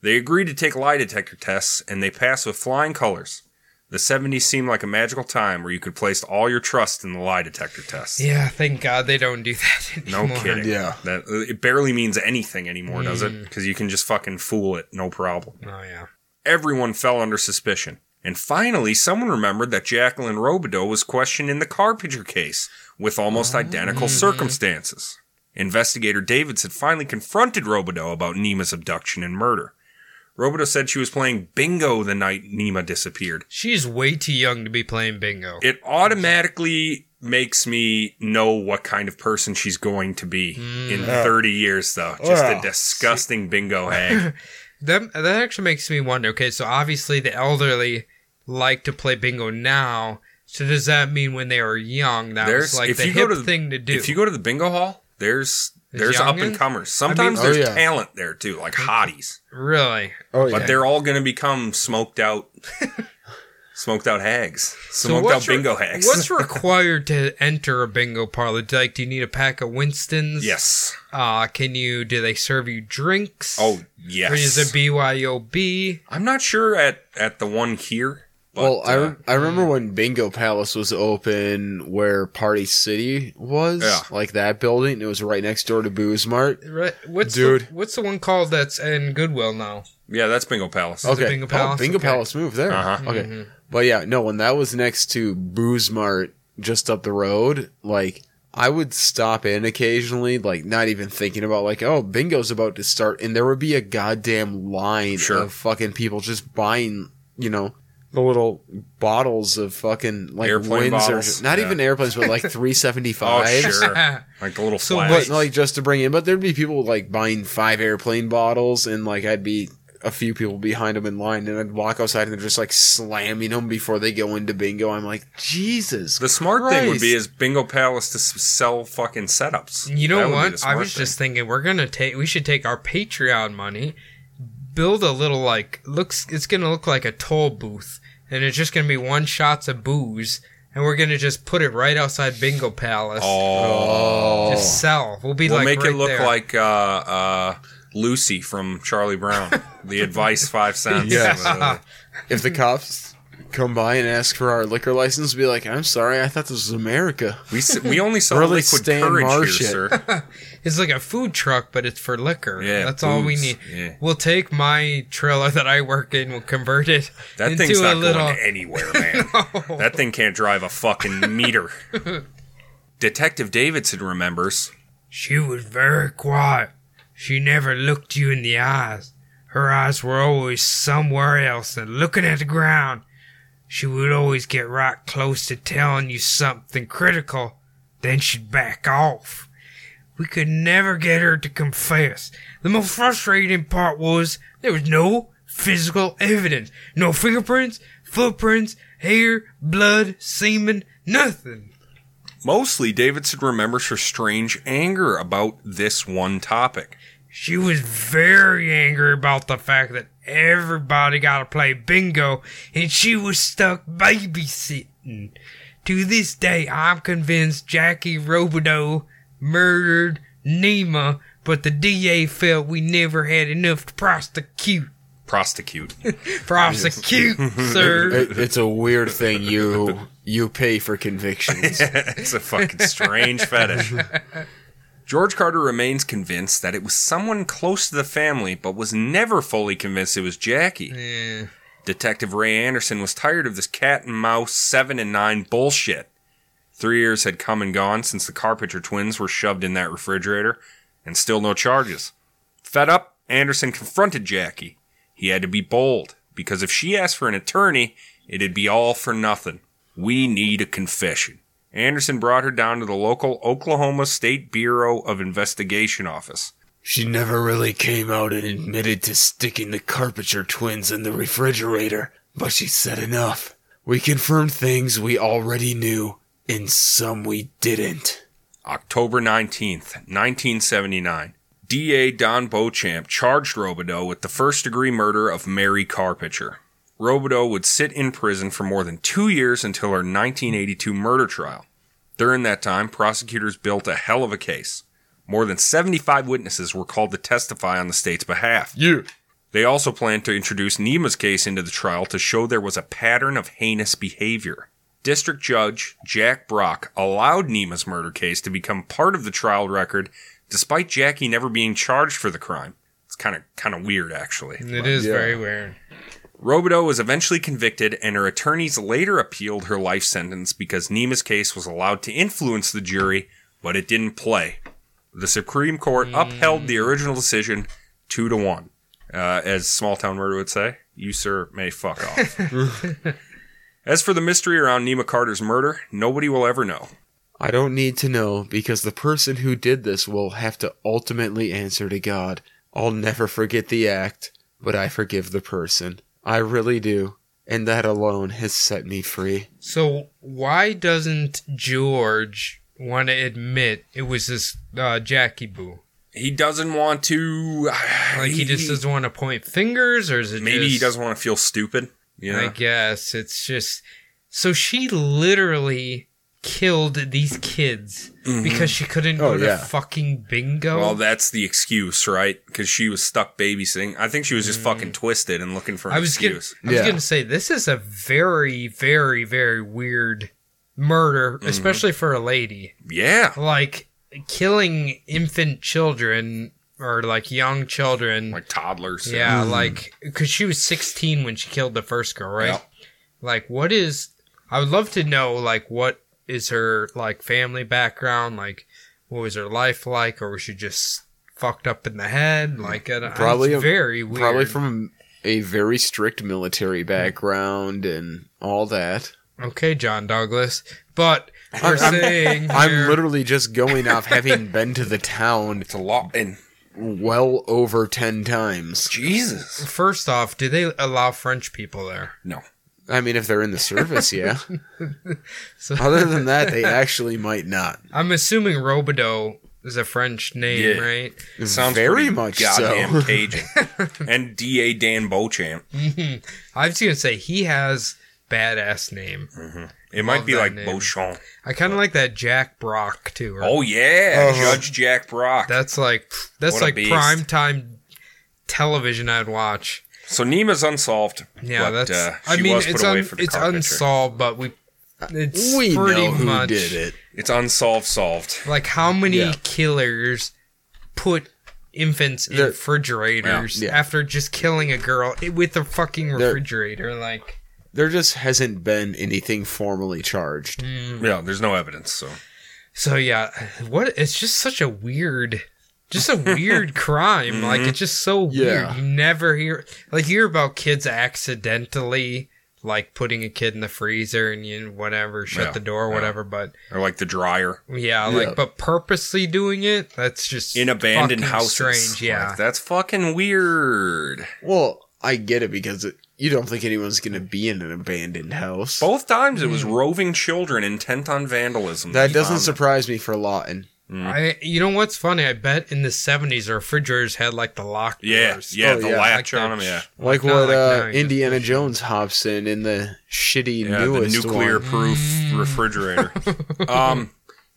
[SPEAKER 2] They agreed to take lie detector tests, and they passed with flying colors. The 70s seemed like a magical time where you could place all your trust in the lie detector test.
[SPEAKER 3] Yeah, thank God they don't do that
[SPEAKER 2] No
[SPEAKER 3] anymore.
[SPEAKER 2] kidding.
[SPEAKER 1] Yeah.
[SPEAKER 2] That, it barely means anything anymore, does it?
[SPEAKER 3] Mm.
[SPEAKER 2] Because you can just fucking fool it, no problem.
[SPEAKER 3] Oh, yeah.
[SPEAKER 2] Everyone fell under suspicion. And finally, someone remembered that Jacqueline Robideau was questioned in the Carpenter case with almost identical circumstances. Investigator Davids had finally confronted Robideau about Nima's abduction and murder. Robideau said she was playing bingo the night Nima disappeared.
[SPEAKER 3] She's way too young to be playing bingo.
[SPEAKER 2] It automatically makes me know what kind of person she's going to be in 30 years, though. Just a
[SPEAKER 1] Ugh.
[SPEAKER 2] disgusting bingo hag.
[SPEAKER 3] That that actually makes me wonder. Okay, so obviously the elderly like to play bingo now. So does that mean when they were young, that
[SPEAKER 2] There's-
[SPEAKER 3] was like
[SPEAKER 2] if
[SPEAKER 3] the
[SPEAKER 2] you go
[SPEAKER 3] hip
[SPEAKER 2] to the-
[SPEAKER 3] thing to do?
[SPEAKER 2] If you go to the bingo hall, there's
[SPEAKER 3] There's
[SPEAKER 2] there's up
[SPEAKER 3] youngins?
[SPEAKER 2] and comers. Sometimes
[SPEAKER 1] I mean-
[SPEAKER 2] there's
[SPEAKER 1] Oh, yeah.
[SPEAKER 2] talent there too, like hotties.
[SPEAKER 3] really?
[SPEAKER 1] Oh,
[SPEAKER 2] But they're all going to become smoked out, smoked out hags, smoked out
[SPEAKER 3] what's re-
[SPEAKER 2] bingo hags.
[SPEAKER 3] What's required to enter a bingo parlor? Do- Like, do you need a pack of Winston's?
[SPEAKER 2] yes.
[SPEAKER 3] Uh, can you? Do they serve you drinks?
[SPEAKER 2] Oh
[SPEAKER 3] Or is
[SPEAKER 2] yes.
[SPEAKER 3] it BYOB?
[SPEAKER 2] I'm not sure at at the one here. But,
[SPEAKER 1] well, I,
[SPEAKER 2] uh,
[SPEAKER 1] re- I remember when Bingo Palace was open where Party City was,
[SPEAKER 2] Yeah.
[SPEAKER 1] like that building. It was right next door to Booze Mart.
[SPEAKER 3] Right. What's
[SPEAKER 1] Dude.
[SPEAKER 3] The, what's the one called that's in Goodwill now?
[SPEAKER 2] yeah, that's bingo palace.
[SPEAKER 1] Okay.
[SPEAKER 3] Bingo
[SPEAKER 1] Oh,
[SPEAKER 3] Palace?
[SPEAKER 1] Bingo
[SPEAKER 3] Okay.
[SPEAKER 1] Palace moved there.
[SPEAKER 2] Uh-huh.
[SPEAKER 1] Okay.
[SPEAKER 3] Mm-hmm.
[SPEAKER 1] But yeah, no, when that was next to Booze Mart just up the road, like I would stop in occasionally, like not even thinking about like, oh, bingo's about to start and there would be a goddamn line
[SPEAKER 2] Sure.
[SPEAKER 1] of fucking people just buying, you know, the little bottles of fucking like
[SPEAKER 2] Airplane
[SPEAKER 1] Windsor-
[SPEAKER 2] bottles?
[SPEAKER 1] Not
[SPEAKER 2] Yeah.
[SPEAKER 1] even airplanes, but like three seventy
[SPEAKER 2] Oh
[SPEAKER 1] five.
[SPEAKER 2] sure, like the little
[SPEAKER 3] So
[SPEAKER 2] flags.
[SPEAKER 1] But like just to bring in, but there'd be people like buying five airplane bottles, and like I'd be a few people behind them in line, and I'd walk outside, and they're just like slamming them before they go into bingo. I'm like, Jesus,
[SPEAKER 2] the smart thing would be
[SPEAKER 1] Christ.
[SPEAKER 2] is bingo palace to s- sell fucking setups.
[SPEAKER 3] You
[SPEAKER 2] That
[SPEAKER 3] know
[SPEAKER 2] would be the
[SPEAKER 3] what? I
[SPEAKER 2] smart
[SPEAKER 3] was
[SPEAKER 2] thing.
[SPEAKER 3] just thinking we're gonna take we should take our Patreon money, build a little like looks it's gonna look like a toll booth, and it's just gonna be one shots of booze, and we're gonna just put it right outside Bingo Palace.
[SPEAKER 2] Oh,
[SPEAKER 3] Just sell. We'll be
[SPEAKER 2] We'll
[SPEAKER 3] like
[SPEAKER 2] make
[SPEAKER 3] right
[SPEAKER 2] it look
[SPEAKER 3] there.
[SPEAKER 2] like uh, uh, Lucy from Charlie Brown, the advice five cents. Uh,
[SPEAKER 3] yeah.
[SPEAKER 1] if the cops come by and ask for our liquor license, be like, I'm sorry, I thought this was America.
[SPEAKER 2] we s- we only sell
[SPEAKER 1] Really
[SPEAKER 2] liquid
[SPEAKER 1] Stan
[SPEAKER 2] courage
[SPEAKER 1] Marsh
[SPEAKER 2] here,
[SPEAKER 1] it.
[SPEAKER 2] sir.
[SPEAKER 3] It's like a food truck, but it's for liquor.
[SPEAKER 2] Yeah,
[SPEAKER 3] that's all we
[SPEAKER 2] booze.
[SPEAKER 3] need.
[SPEAKER 2] Yeah.
[SPEAKER 3] We'll take my trailer that I work in, we'll convert it
[SPEAKER 2] That
[SPEAKER 3] into
[SPEAKER 2] thing's
[SPEAKER 3] a
[SPEAKER 2] not
[SPEAKER 3] little.
[SPEAKER 2] going anywhere, man. That thing can't drive a fucking meter. Detective Davidson remembers.
[SPEAKER 3] She was very quiet. She never looked you in the eyes. Her eyes were always somewhere else and looking at the ground. She would always get right close to telling you something critical, then she'd back off. We could never get her to confess. The most frustrating part was there was no physical evidence. No fingerprints, footprints, hair, blood, semen, nothing.
[SPEAKER 2] Mostly, Davidson remembers her strange anger about this one topic.
[SPEAKER 3] She was very angry about the fact that everybody got to play bingo and she was stuck babysitting. To this day, I'm convinced Jackie Robideau murdered Nima, but the DA felt we never had enough to prosecute.
[SPEAKER 2] Prostitute.
[SPEAKER 3] Prosecute, sir.
[SPEAKER 1] It, it's a weird thing you you pay for convictions.
[SPEAKER 2] it's a fucking strange fetish. George Carter remains convinced that it was someone close to the family, but was never fully convinced it was Jackie.
[SPEAKER 3] Yeah.
[SPEAKER 2] Detective Ray Anderson was tired of this cat and mouse seven and nine bullshit. Three years had come and gone since the Carpenter twins were shoved in that refrigerator, and still no charges. Fed up, Anderson confronted Jackie. He had to be bold, because if she asked for an attorney, it'd be all for nothing. We need a confession. Anderson brought her down to the local Oklahoma State Bureau of Investigation office.
[SPEAKER 1] She never really came out and admitted to sticking the Carpenter twins in the refrigerator, but she said enough. We confirmed things we already knew, and some we didn't.
[SPEAKER 2] October 19th, 1979. DA Don Beauchamp charged Robideau with the first degree murder of Mary Carpenter. Robideau would sit in prison for more than two years until her 1982 murder trial. During that time, prosecutors built a hell of a case. More than 75 witnesses were called to testify on the state's behalf.
[SPEAKER 1] You.
[SPEAKER 2] They also planned to introduce Nima's case into the trial to show there was a pattern of heinous behavior. District Judge Jack Brock allowed Nima's murder case to become part of the trial record despite Jackie never being charged for the crime. It's kind of kind of weird actually.
[SPEAKER 3] It is
[SPEAKER 1] Yeah.
[SPEAKER 3] very weird.
[SPEAKER 2] Robideau was eventually convicted, and her attorneys later appealed her life sentence because Nima's case was allowed to influence the jury, but it didn't play. The Supreme Court upheld the original decision two to one. Uh, as small town murder would say, you, sir, may fuck off. as for the mystery around Nima Carter's murder, nobody will ever know.
[SPEAKER 1] I don't need to know because the person who did this will have to ultimately answer to God. I'll never forget the act, but I forgive the person. I really do. And that alone has set me free.
[SPEAKER 3] So why doesn't George want to admit it was this uh, Jackie Boo?
[SPEAKER 2] He doesn't want to.
[SPEAKER 3] Like he just doesn't want to point fingers, or is it
[SPEAKER 2] Maybe
[SPEAKER 3] just,
[SPEAKER 2] he doesn't want to feel stupid. You know?
[SPEAKER 3] I guess it's just so she literally killed these kids because she couldn't
[SPEAKER 1] Oh,
[SPEAKER 3] go
[SPEAKER 1] yeah.
[SPEAKER 3] to fucking bingo.
[SPEAKER 2] Mm-hmm. Well, that's the excuse, right? Because she was stuck babysitting. I think she was just fucking twisted and looking for an
[SPEAKER 3] Mm. I was gonna,
[SPEAKER 2] excuse.
[SPEAKER 3] I was
[SPEAKER 1] Yeah.
[SPEAKER 3] gonna say this is a very, very, very weird murder,
[SPEAKER 2] Mm-hmm.
[SPEAKER 3] especially for a lady.
[SPEAKER 2] yeah,
[SPEAKER 3] Like killing infant children or like young children.
[SPEAKER 2] like toddlers. and-
[SPEAKER 3] yeah,
[SPEAKER 1] mm-hmm.
[SPEAKER 3] like because she was 16 when she killed the first girl, right?
[SPEAKER 2] Yeah.
[SPEAKER 3] Like, what is? I would love to know, like, what is her like family background? Like, what was her life like, or was she just fucked up in the head? Like, I don't-
[SPEAKER 1] Probably
[SPEAKER 3] it's
[SPEAKER 1] a-
[SPEAKER 3] very weird.
[SPEAKER 1] Probably from a very strict military background and all that.
[SPEAKER 3] Okay, John Douglas. But we're
[SPEAKER 1] I'm-
[SPEAKER 3] saying
[SPEAKER 1] I'm
[SPEAKER 3] here-
[SPEAKER 1] literally just going off having been to the town
[SPEAKER 2] it's a lot. And
[SPEAKER 1] well over 10 times.
[SPEAKER 2] Jesus,
[SPEAKER 3] first off, do they allow French people there?
[SPEAKER 2] no.
[SPEAKER 1] I mean, if they're in the service, yeah.
[SPEAKER 3] So
[SPEAKER 1] Other than that, they actually might not.
[SPEAKER 3] I'm assuming Robideau is a French name,
[SPEAKER 2] Yeah.
[SPEAKER 3] right?
[SPEAKER 2] Sounds
[SPEAKER 1] very
[SPEAKER 2] pretty
[SPEAKER 1] much
[SPEAKER 2] goddamn
[SPEAKER 1] so.
[SPEAKER 2] Cajun. and DA Dan Beauchamp.
[SPEAKER 3] I was gonna say he has badass name.
[SPEAKER 2] It might be
[SPEAKER 3] that
[SPEAKER 2] like
[SPEAKER 3] name.
[SPEAKER 2] Beauchamp.
[SPEAKER 3] I kind of like that Jack Brock too. Right?
[SPEAKER 2] Oh yeah,
[SPEAKER 1] Uh-huh.
[SPEAKER 2] Judge Jack Brock.
[SPEAKER 3] that's like that's
[SPEAKER 2] What a
[SPEAKER 3] like
[SPEAKER 2] beast.
[SPEAKER 3] prime time television I'd watch.
[SPEAKER 2] so Nima's unsolved.
[SPEAKER 3] Yeah,
[SPEAKER 2] but,
[SPEAKER 3] that's.
[SPEAKER 2] Uh, she
[SPEAKER 3] I mean,
[SPEAKER 2] was put
[SPEAKER 3] it's
[SPEAKER 2] away
[SPEAKER 3] un,
[SPEAKER 2] for the
[SPEAKER 3] it's
[SPEAKER 2] carpenter.
[SPEAKER 3] unsolved, but we it's
[SPEAKER 1] we
[SPEAKER 3] pretty
[SPEAKER 1] know who
[SPEAKER 3] much
[SPEAKER 1] did it.
[SPEAKER 2] It's unsolved. Solved.
[SPEAKER 3] like how many
[SPEAKER 1] Yeah.
[SPEAKER 3] killers put infants in
[SPEAKER 1] They're-
[SPEAKER 3] refrigerators
[SPEAKER 1] Yeah.
[SPEAKER 3] after just killing a girl i- with a fucking
[SPEAKER 1] They're-
[SPEAKER 3] refrigerator like
[SPEAKER 1] There just hasn't been anything formally charged.
[SPEAKER 3] Hmm.
[SPEAKER 2] Yeah, there's no evidence. So
[SPEAKER 3] so yeah what it's just such a weird just a weird crime like
[SPEAKER 2] Mm-hmm.
[SPEAKER 3] it's just so
[SPEAKER 1] Yeah.
[SPEAKER 3] weird you never hear like you hear about kids accidentally like putting a kid in the freezer and you whatever shut
[SPEAKER 2] Yeah,
[SPEAKER 3] the door
[SPEAKER 2] yeah.
[SPEAKER 3] whatever but
[SPEAKER 2] or like the dryer
[SPEAKER 1] Yeah.
[SPEAKER 3] yeah, like but purposely doing it that's just
[SPEAKER 2] in abandoned
[SPEAKER 3] fucking
[SPEAKER 2] houses.
[SPEAKER 3] strange yeah
[SPEAKER 2] Like, that's fucking weird.
[SPEAKER 1] Well, I get it because it, you don't think anyone's going to be in an abandoned house.
[SPEAKER 2] Both times it was
[SPEAKER 3] Hmm.
[SPEAKER 2] roving children intent on vandalism. Um,
[SPEAKER 1] That doesn't
[SPEAKER 3] Um,
[SPEAKER 2] surprise.
[SPEAKER 1] surprise me for Lawton.
[SPEAKER 2] Mm-hmm.
[SPEAKER 3] I, you know what's funny? I bet in the seventies, the refrigerators had like the lock
[SPEAKER 2] yeah,
[SPEAKER 3] doors.
[SPEAKER 2] yeah,
[SPEAKER 1] Oh,
[SPEAKER 2] the
[SPEAKER 1] yeah.
[SPEAKER 2] latch
[SPEAKER 3] Like
[SPEAKER 2] on
[SPEAKER 3] that.
[SPEAKER 2] them. Yeah,
[SPEAKER 1] Like
[SPEAKER 3] Kinda
[SPEAKER 1] what
[SPEAKER 3] like
[SPEAKER 1] uh,
[SPEAKER 3] now you just
[SPEAKER 1] Indiana Jones hops in in the shitty
[SPEAKER 2] yeah the
[SPEAKER 1] newest
[SPEAKER 2] nuclear
[SPEAKER 1] one.
[SPEAKER 2] proof
[SPEAKER 3] Hmm.
[SPEAKER 2] refrigerator. um,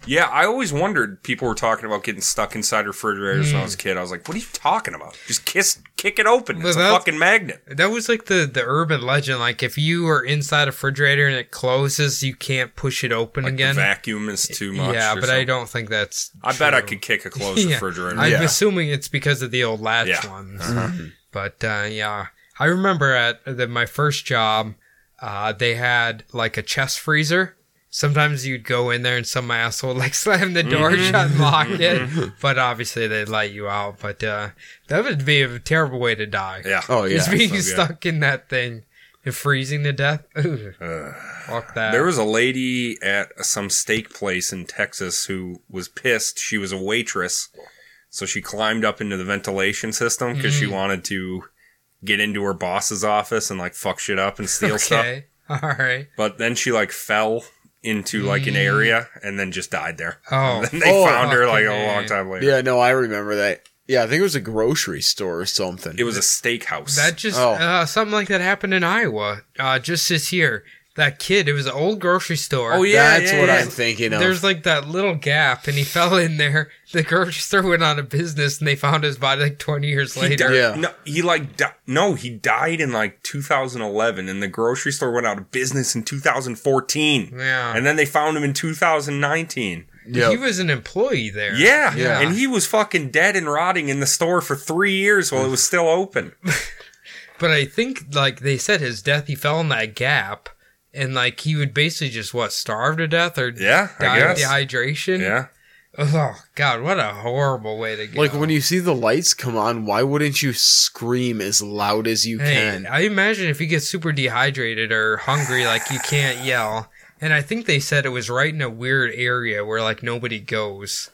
[SPEAKER 2] yeah, I always wondered. People were talking about getting stuck inside refrigerators when I was a kid. I was like, "What are you talking about? Just kiss, kick it open.
[SPEAKER 3] Hmm. Well,
[SPEAKER 2] It's a
[SPEAKER 3] that's-
[SPEAKER 2] fucking magnet."
[SPEAKER 3] That was like the the urban legend. Like if you are inside a refrigerator and it closes, you can't push it open
[SPEAKER 2] Like
[SPEAKER 3] again.
[SPEAKER 2] the vacuum is too much.
[SPEAKER 3] yeah,
[SPEAKER 2] or
[SPEAKER 3] but I
[SPEAKER 2] something.
[SPEAKER 3] don't think that's.
[SPEAKER 2] I bet I
[SPEAKER 3] true.
[SPEAKER 2] could kick a Uh-huh. closed
[SPEAKER 3] Yeah.
[SPEAKER 2] refrigerator.
[SPEAKER 3] I'm
[SPEAKER 1] Yeah.
[SPEAKER 3] assuming it's because of the old latch
[SPEAKER 2] Yeah.
[SPEAKER 3] ones. But uh, yeah, I remember at the, my first job, uh, they had like a chest freezer. Sometimes you'd go in there and some asshole would, like slam the door
[SPEAKER 2] Mm-hmm.
[SPEAKER 3] shut and lock it, but obviously they'd let you out. But uh, that would be a terrible way to die.
[SPEAKER 2] Yeah.
[SPEAKER 1] Oh yeah.
[SPEAKER 3] Is being
[SPEAKER 2] so good.
[SPEAKER 3] stuck in that thing and freezing to death. Ooh,
[SPEAKER 2] Ugh.
[SPEAKER 3] fuck that.
[SPEAKER 2] There was a lady at some steak place in Texas who was pissed. She was a waitress, so she climbed up into the ventilation system because
[SPEAKER 3] Mm.
[SPEAKER 2] she wanted to get into her boss's office and like fuck shit up and steal stuff.
[SPEAKER 3] okay. All right.
[SPEAKER 2] But then she like fell into like an area and then just died there.
[SPEAKER 3] Mm. Oh,
[SPEAKER 2] And then they
[SPEAKER 1] Oh,
[SPEAKER 2] found her like
[SPEAKER 3] fucking
[SPEAKER 2] a long
[SPEAKER 3] A.
[SPEAKER 2] time later.
[SPEAKER 1] Yeah, no, I remember that. Yeah, I think it was a grocery store or something.
[SPEAKER 2] It was a steakhouse.
[SPEAKER 3] That just
[SPEAKER 1] Oh.
[SPEAKER 3] uh, something like that happened in Iowa uh, just this year. That kid, it was an old grocery store.
[SPEAKER 2] Oh, yeah,
[SPEAKER 1] That's
[SPEAKER 2] yeah,
[SPEAKER 1] what
[SPEAKER 2] yeah.
[SPEAKER 1] I'm thinking of.
[SPEAKER 3] There's like that little gap, and he fell in there. The grocery store went out of business, and they found his body like 20 years
[SPEAKER 2] He
[SPEAKER 3] later.
[SPEAKER 2] died-
[SPEAKER 1] Yeah.
[SPEAKER 2] No, he like di- no, he died in like 2011, and the grocery store went out of business in 2014.
[SPEAKER 3] Yeah.
[SPEAKER 2] and then they found him in 2019.
[SPEAKER 1] Yep.
[SPEAKER 3] He was an employee there.
[SPEAKER 2] Yeah.
[SPEAKER 1] Yeah.
[SPEAKER 2] and he was fucking dead and rotting in the store for three years while it was still open.
[SPEAKER 3] But I think, like they said, his death, he fell in that gap, and like he would basically just, what, starve to death or
[SPEAKER 2] Yeah, I
[SPEAKER 3] die of
[SPEAKER 2] guess.
[SPEAKER 3] dehydration?
[SPEAKER 2] Yeah,
[SPEAKER 3] Oh, God, what a horrible way to go.
[SPEAKER 1] like when you see the lights come on, why wouldn't you scream as loud as you
[SPEAKER 3] Hey,
[SPEAKER 1] can?
[SPEAKER 3] I imagine if you get super dehydrated or hungry, like you can't yell. And I think they said it was right in a weird area where like nobody goes,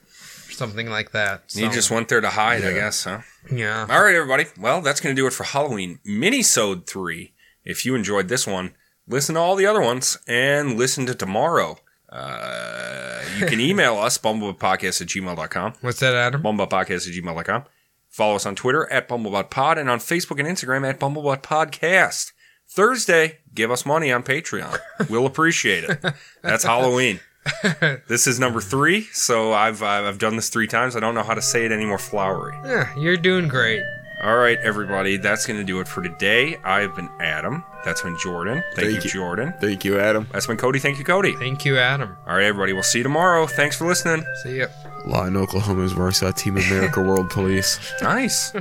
[SPEAKER 3] something like that.
[SPEAKER 2] he
[SPEAKER 3] So,
[SPEAKER 2] just went there to hide, I guess. Huh.
[SPEAKER 3] yeah.
[SPEAKER 2] All right, everybody. Well, that's going to do it for Halloween Minisode 3. If you enjoyed this one, listen to all the other ones and listen to tomorrow. Uh, you can email us, bumblebutpodcast at gmail.com,
[SPEAKER 3] What's that, Adam?
[SPEAKER 2] bumblebutpodcast at gmail.com. Follow us on Twitter at bumblebuttpod and on Facebook and Instagram at bumblebuttpodcast. Thursday, give us money on Patreon. We'll appreciate it. That's Halloween. This is number three, so I've, I've I've done this three times. I don't know how to say it any more flowery.
[SPEAKER 3] Yeah, you're doing great.
[SPEAKER 2] All right, everybody, that's going to do it for today. I've been Adam. That's been Jordan. Thank,
[SPEAKER 1] Thank
[SPEAKER 2] you,
[SPEAKER 1] you.
[SPEAKER 2] Jordan.
[SPEAKER 1] Thank you, Adam.
[SPEAKER 2] That's been Cody. Thank you, Cody.
[SPEAKER 3] Thank you, Adam.
[SPEAKER 2] All right, everybody, we'll see you tomorrow. Thanks for listening.
[SPEAKER 3] See ya.
[SPEAKER 1] Law in Oklahoma's works out Team America World Police.
[SPEAKER 2] Nice.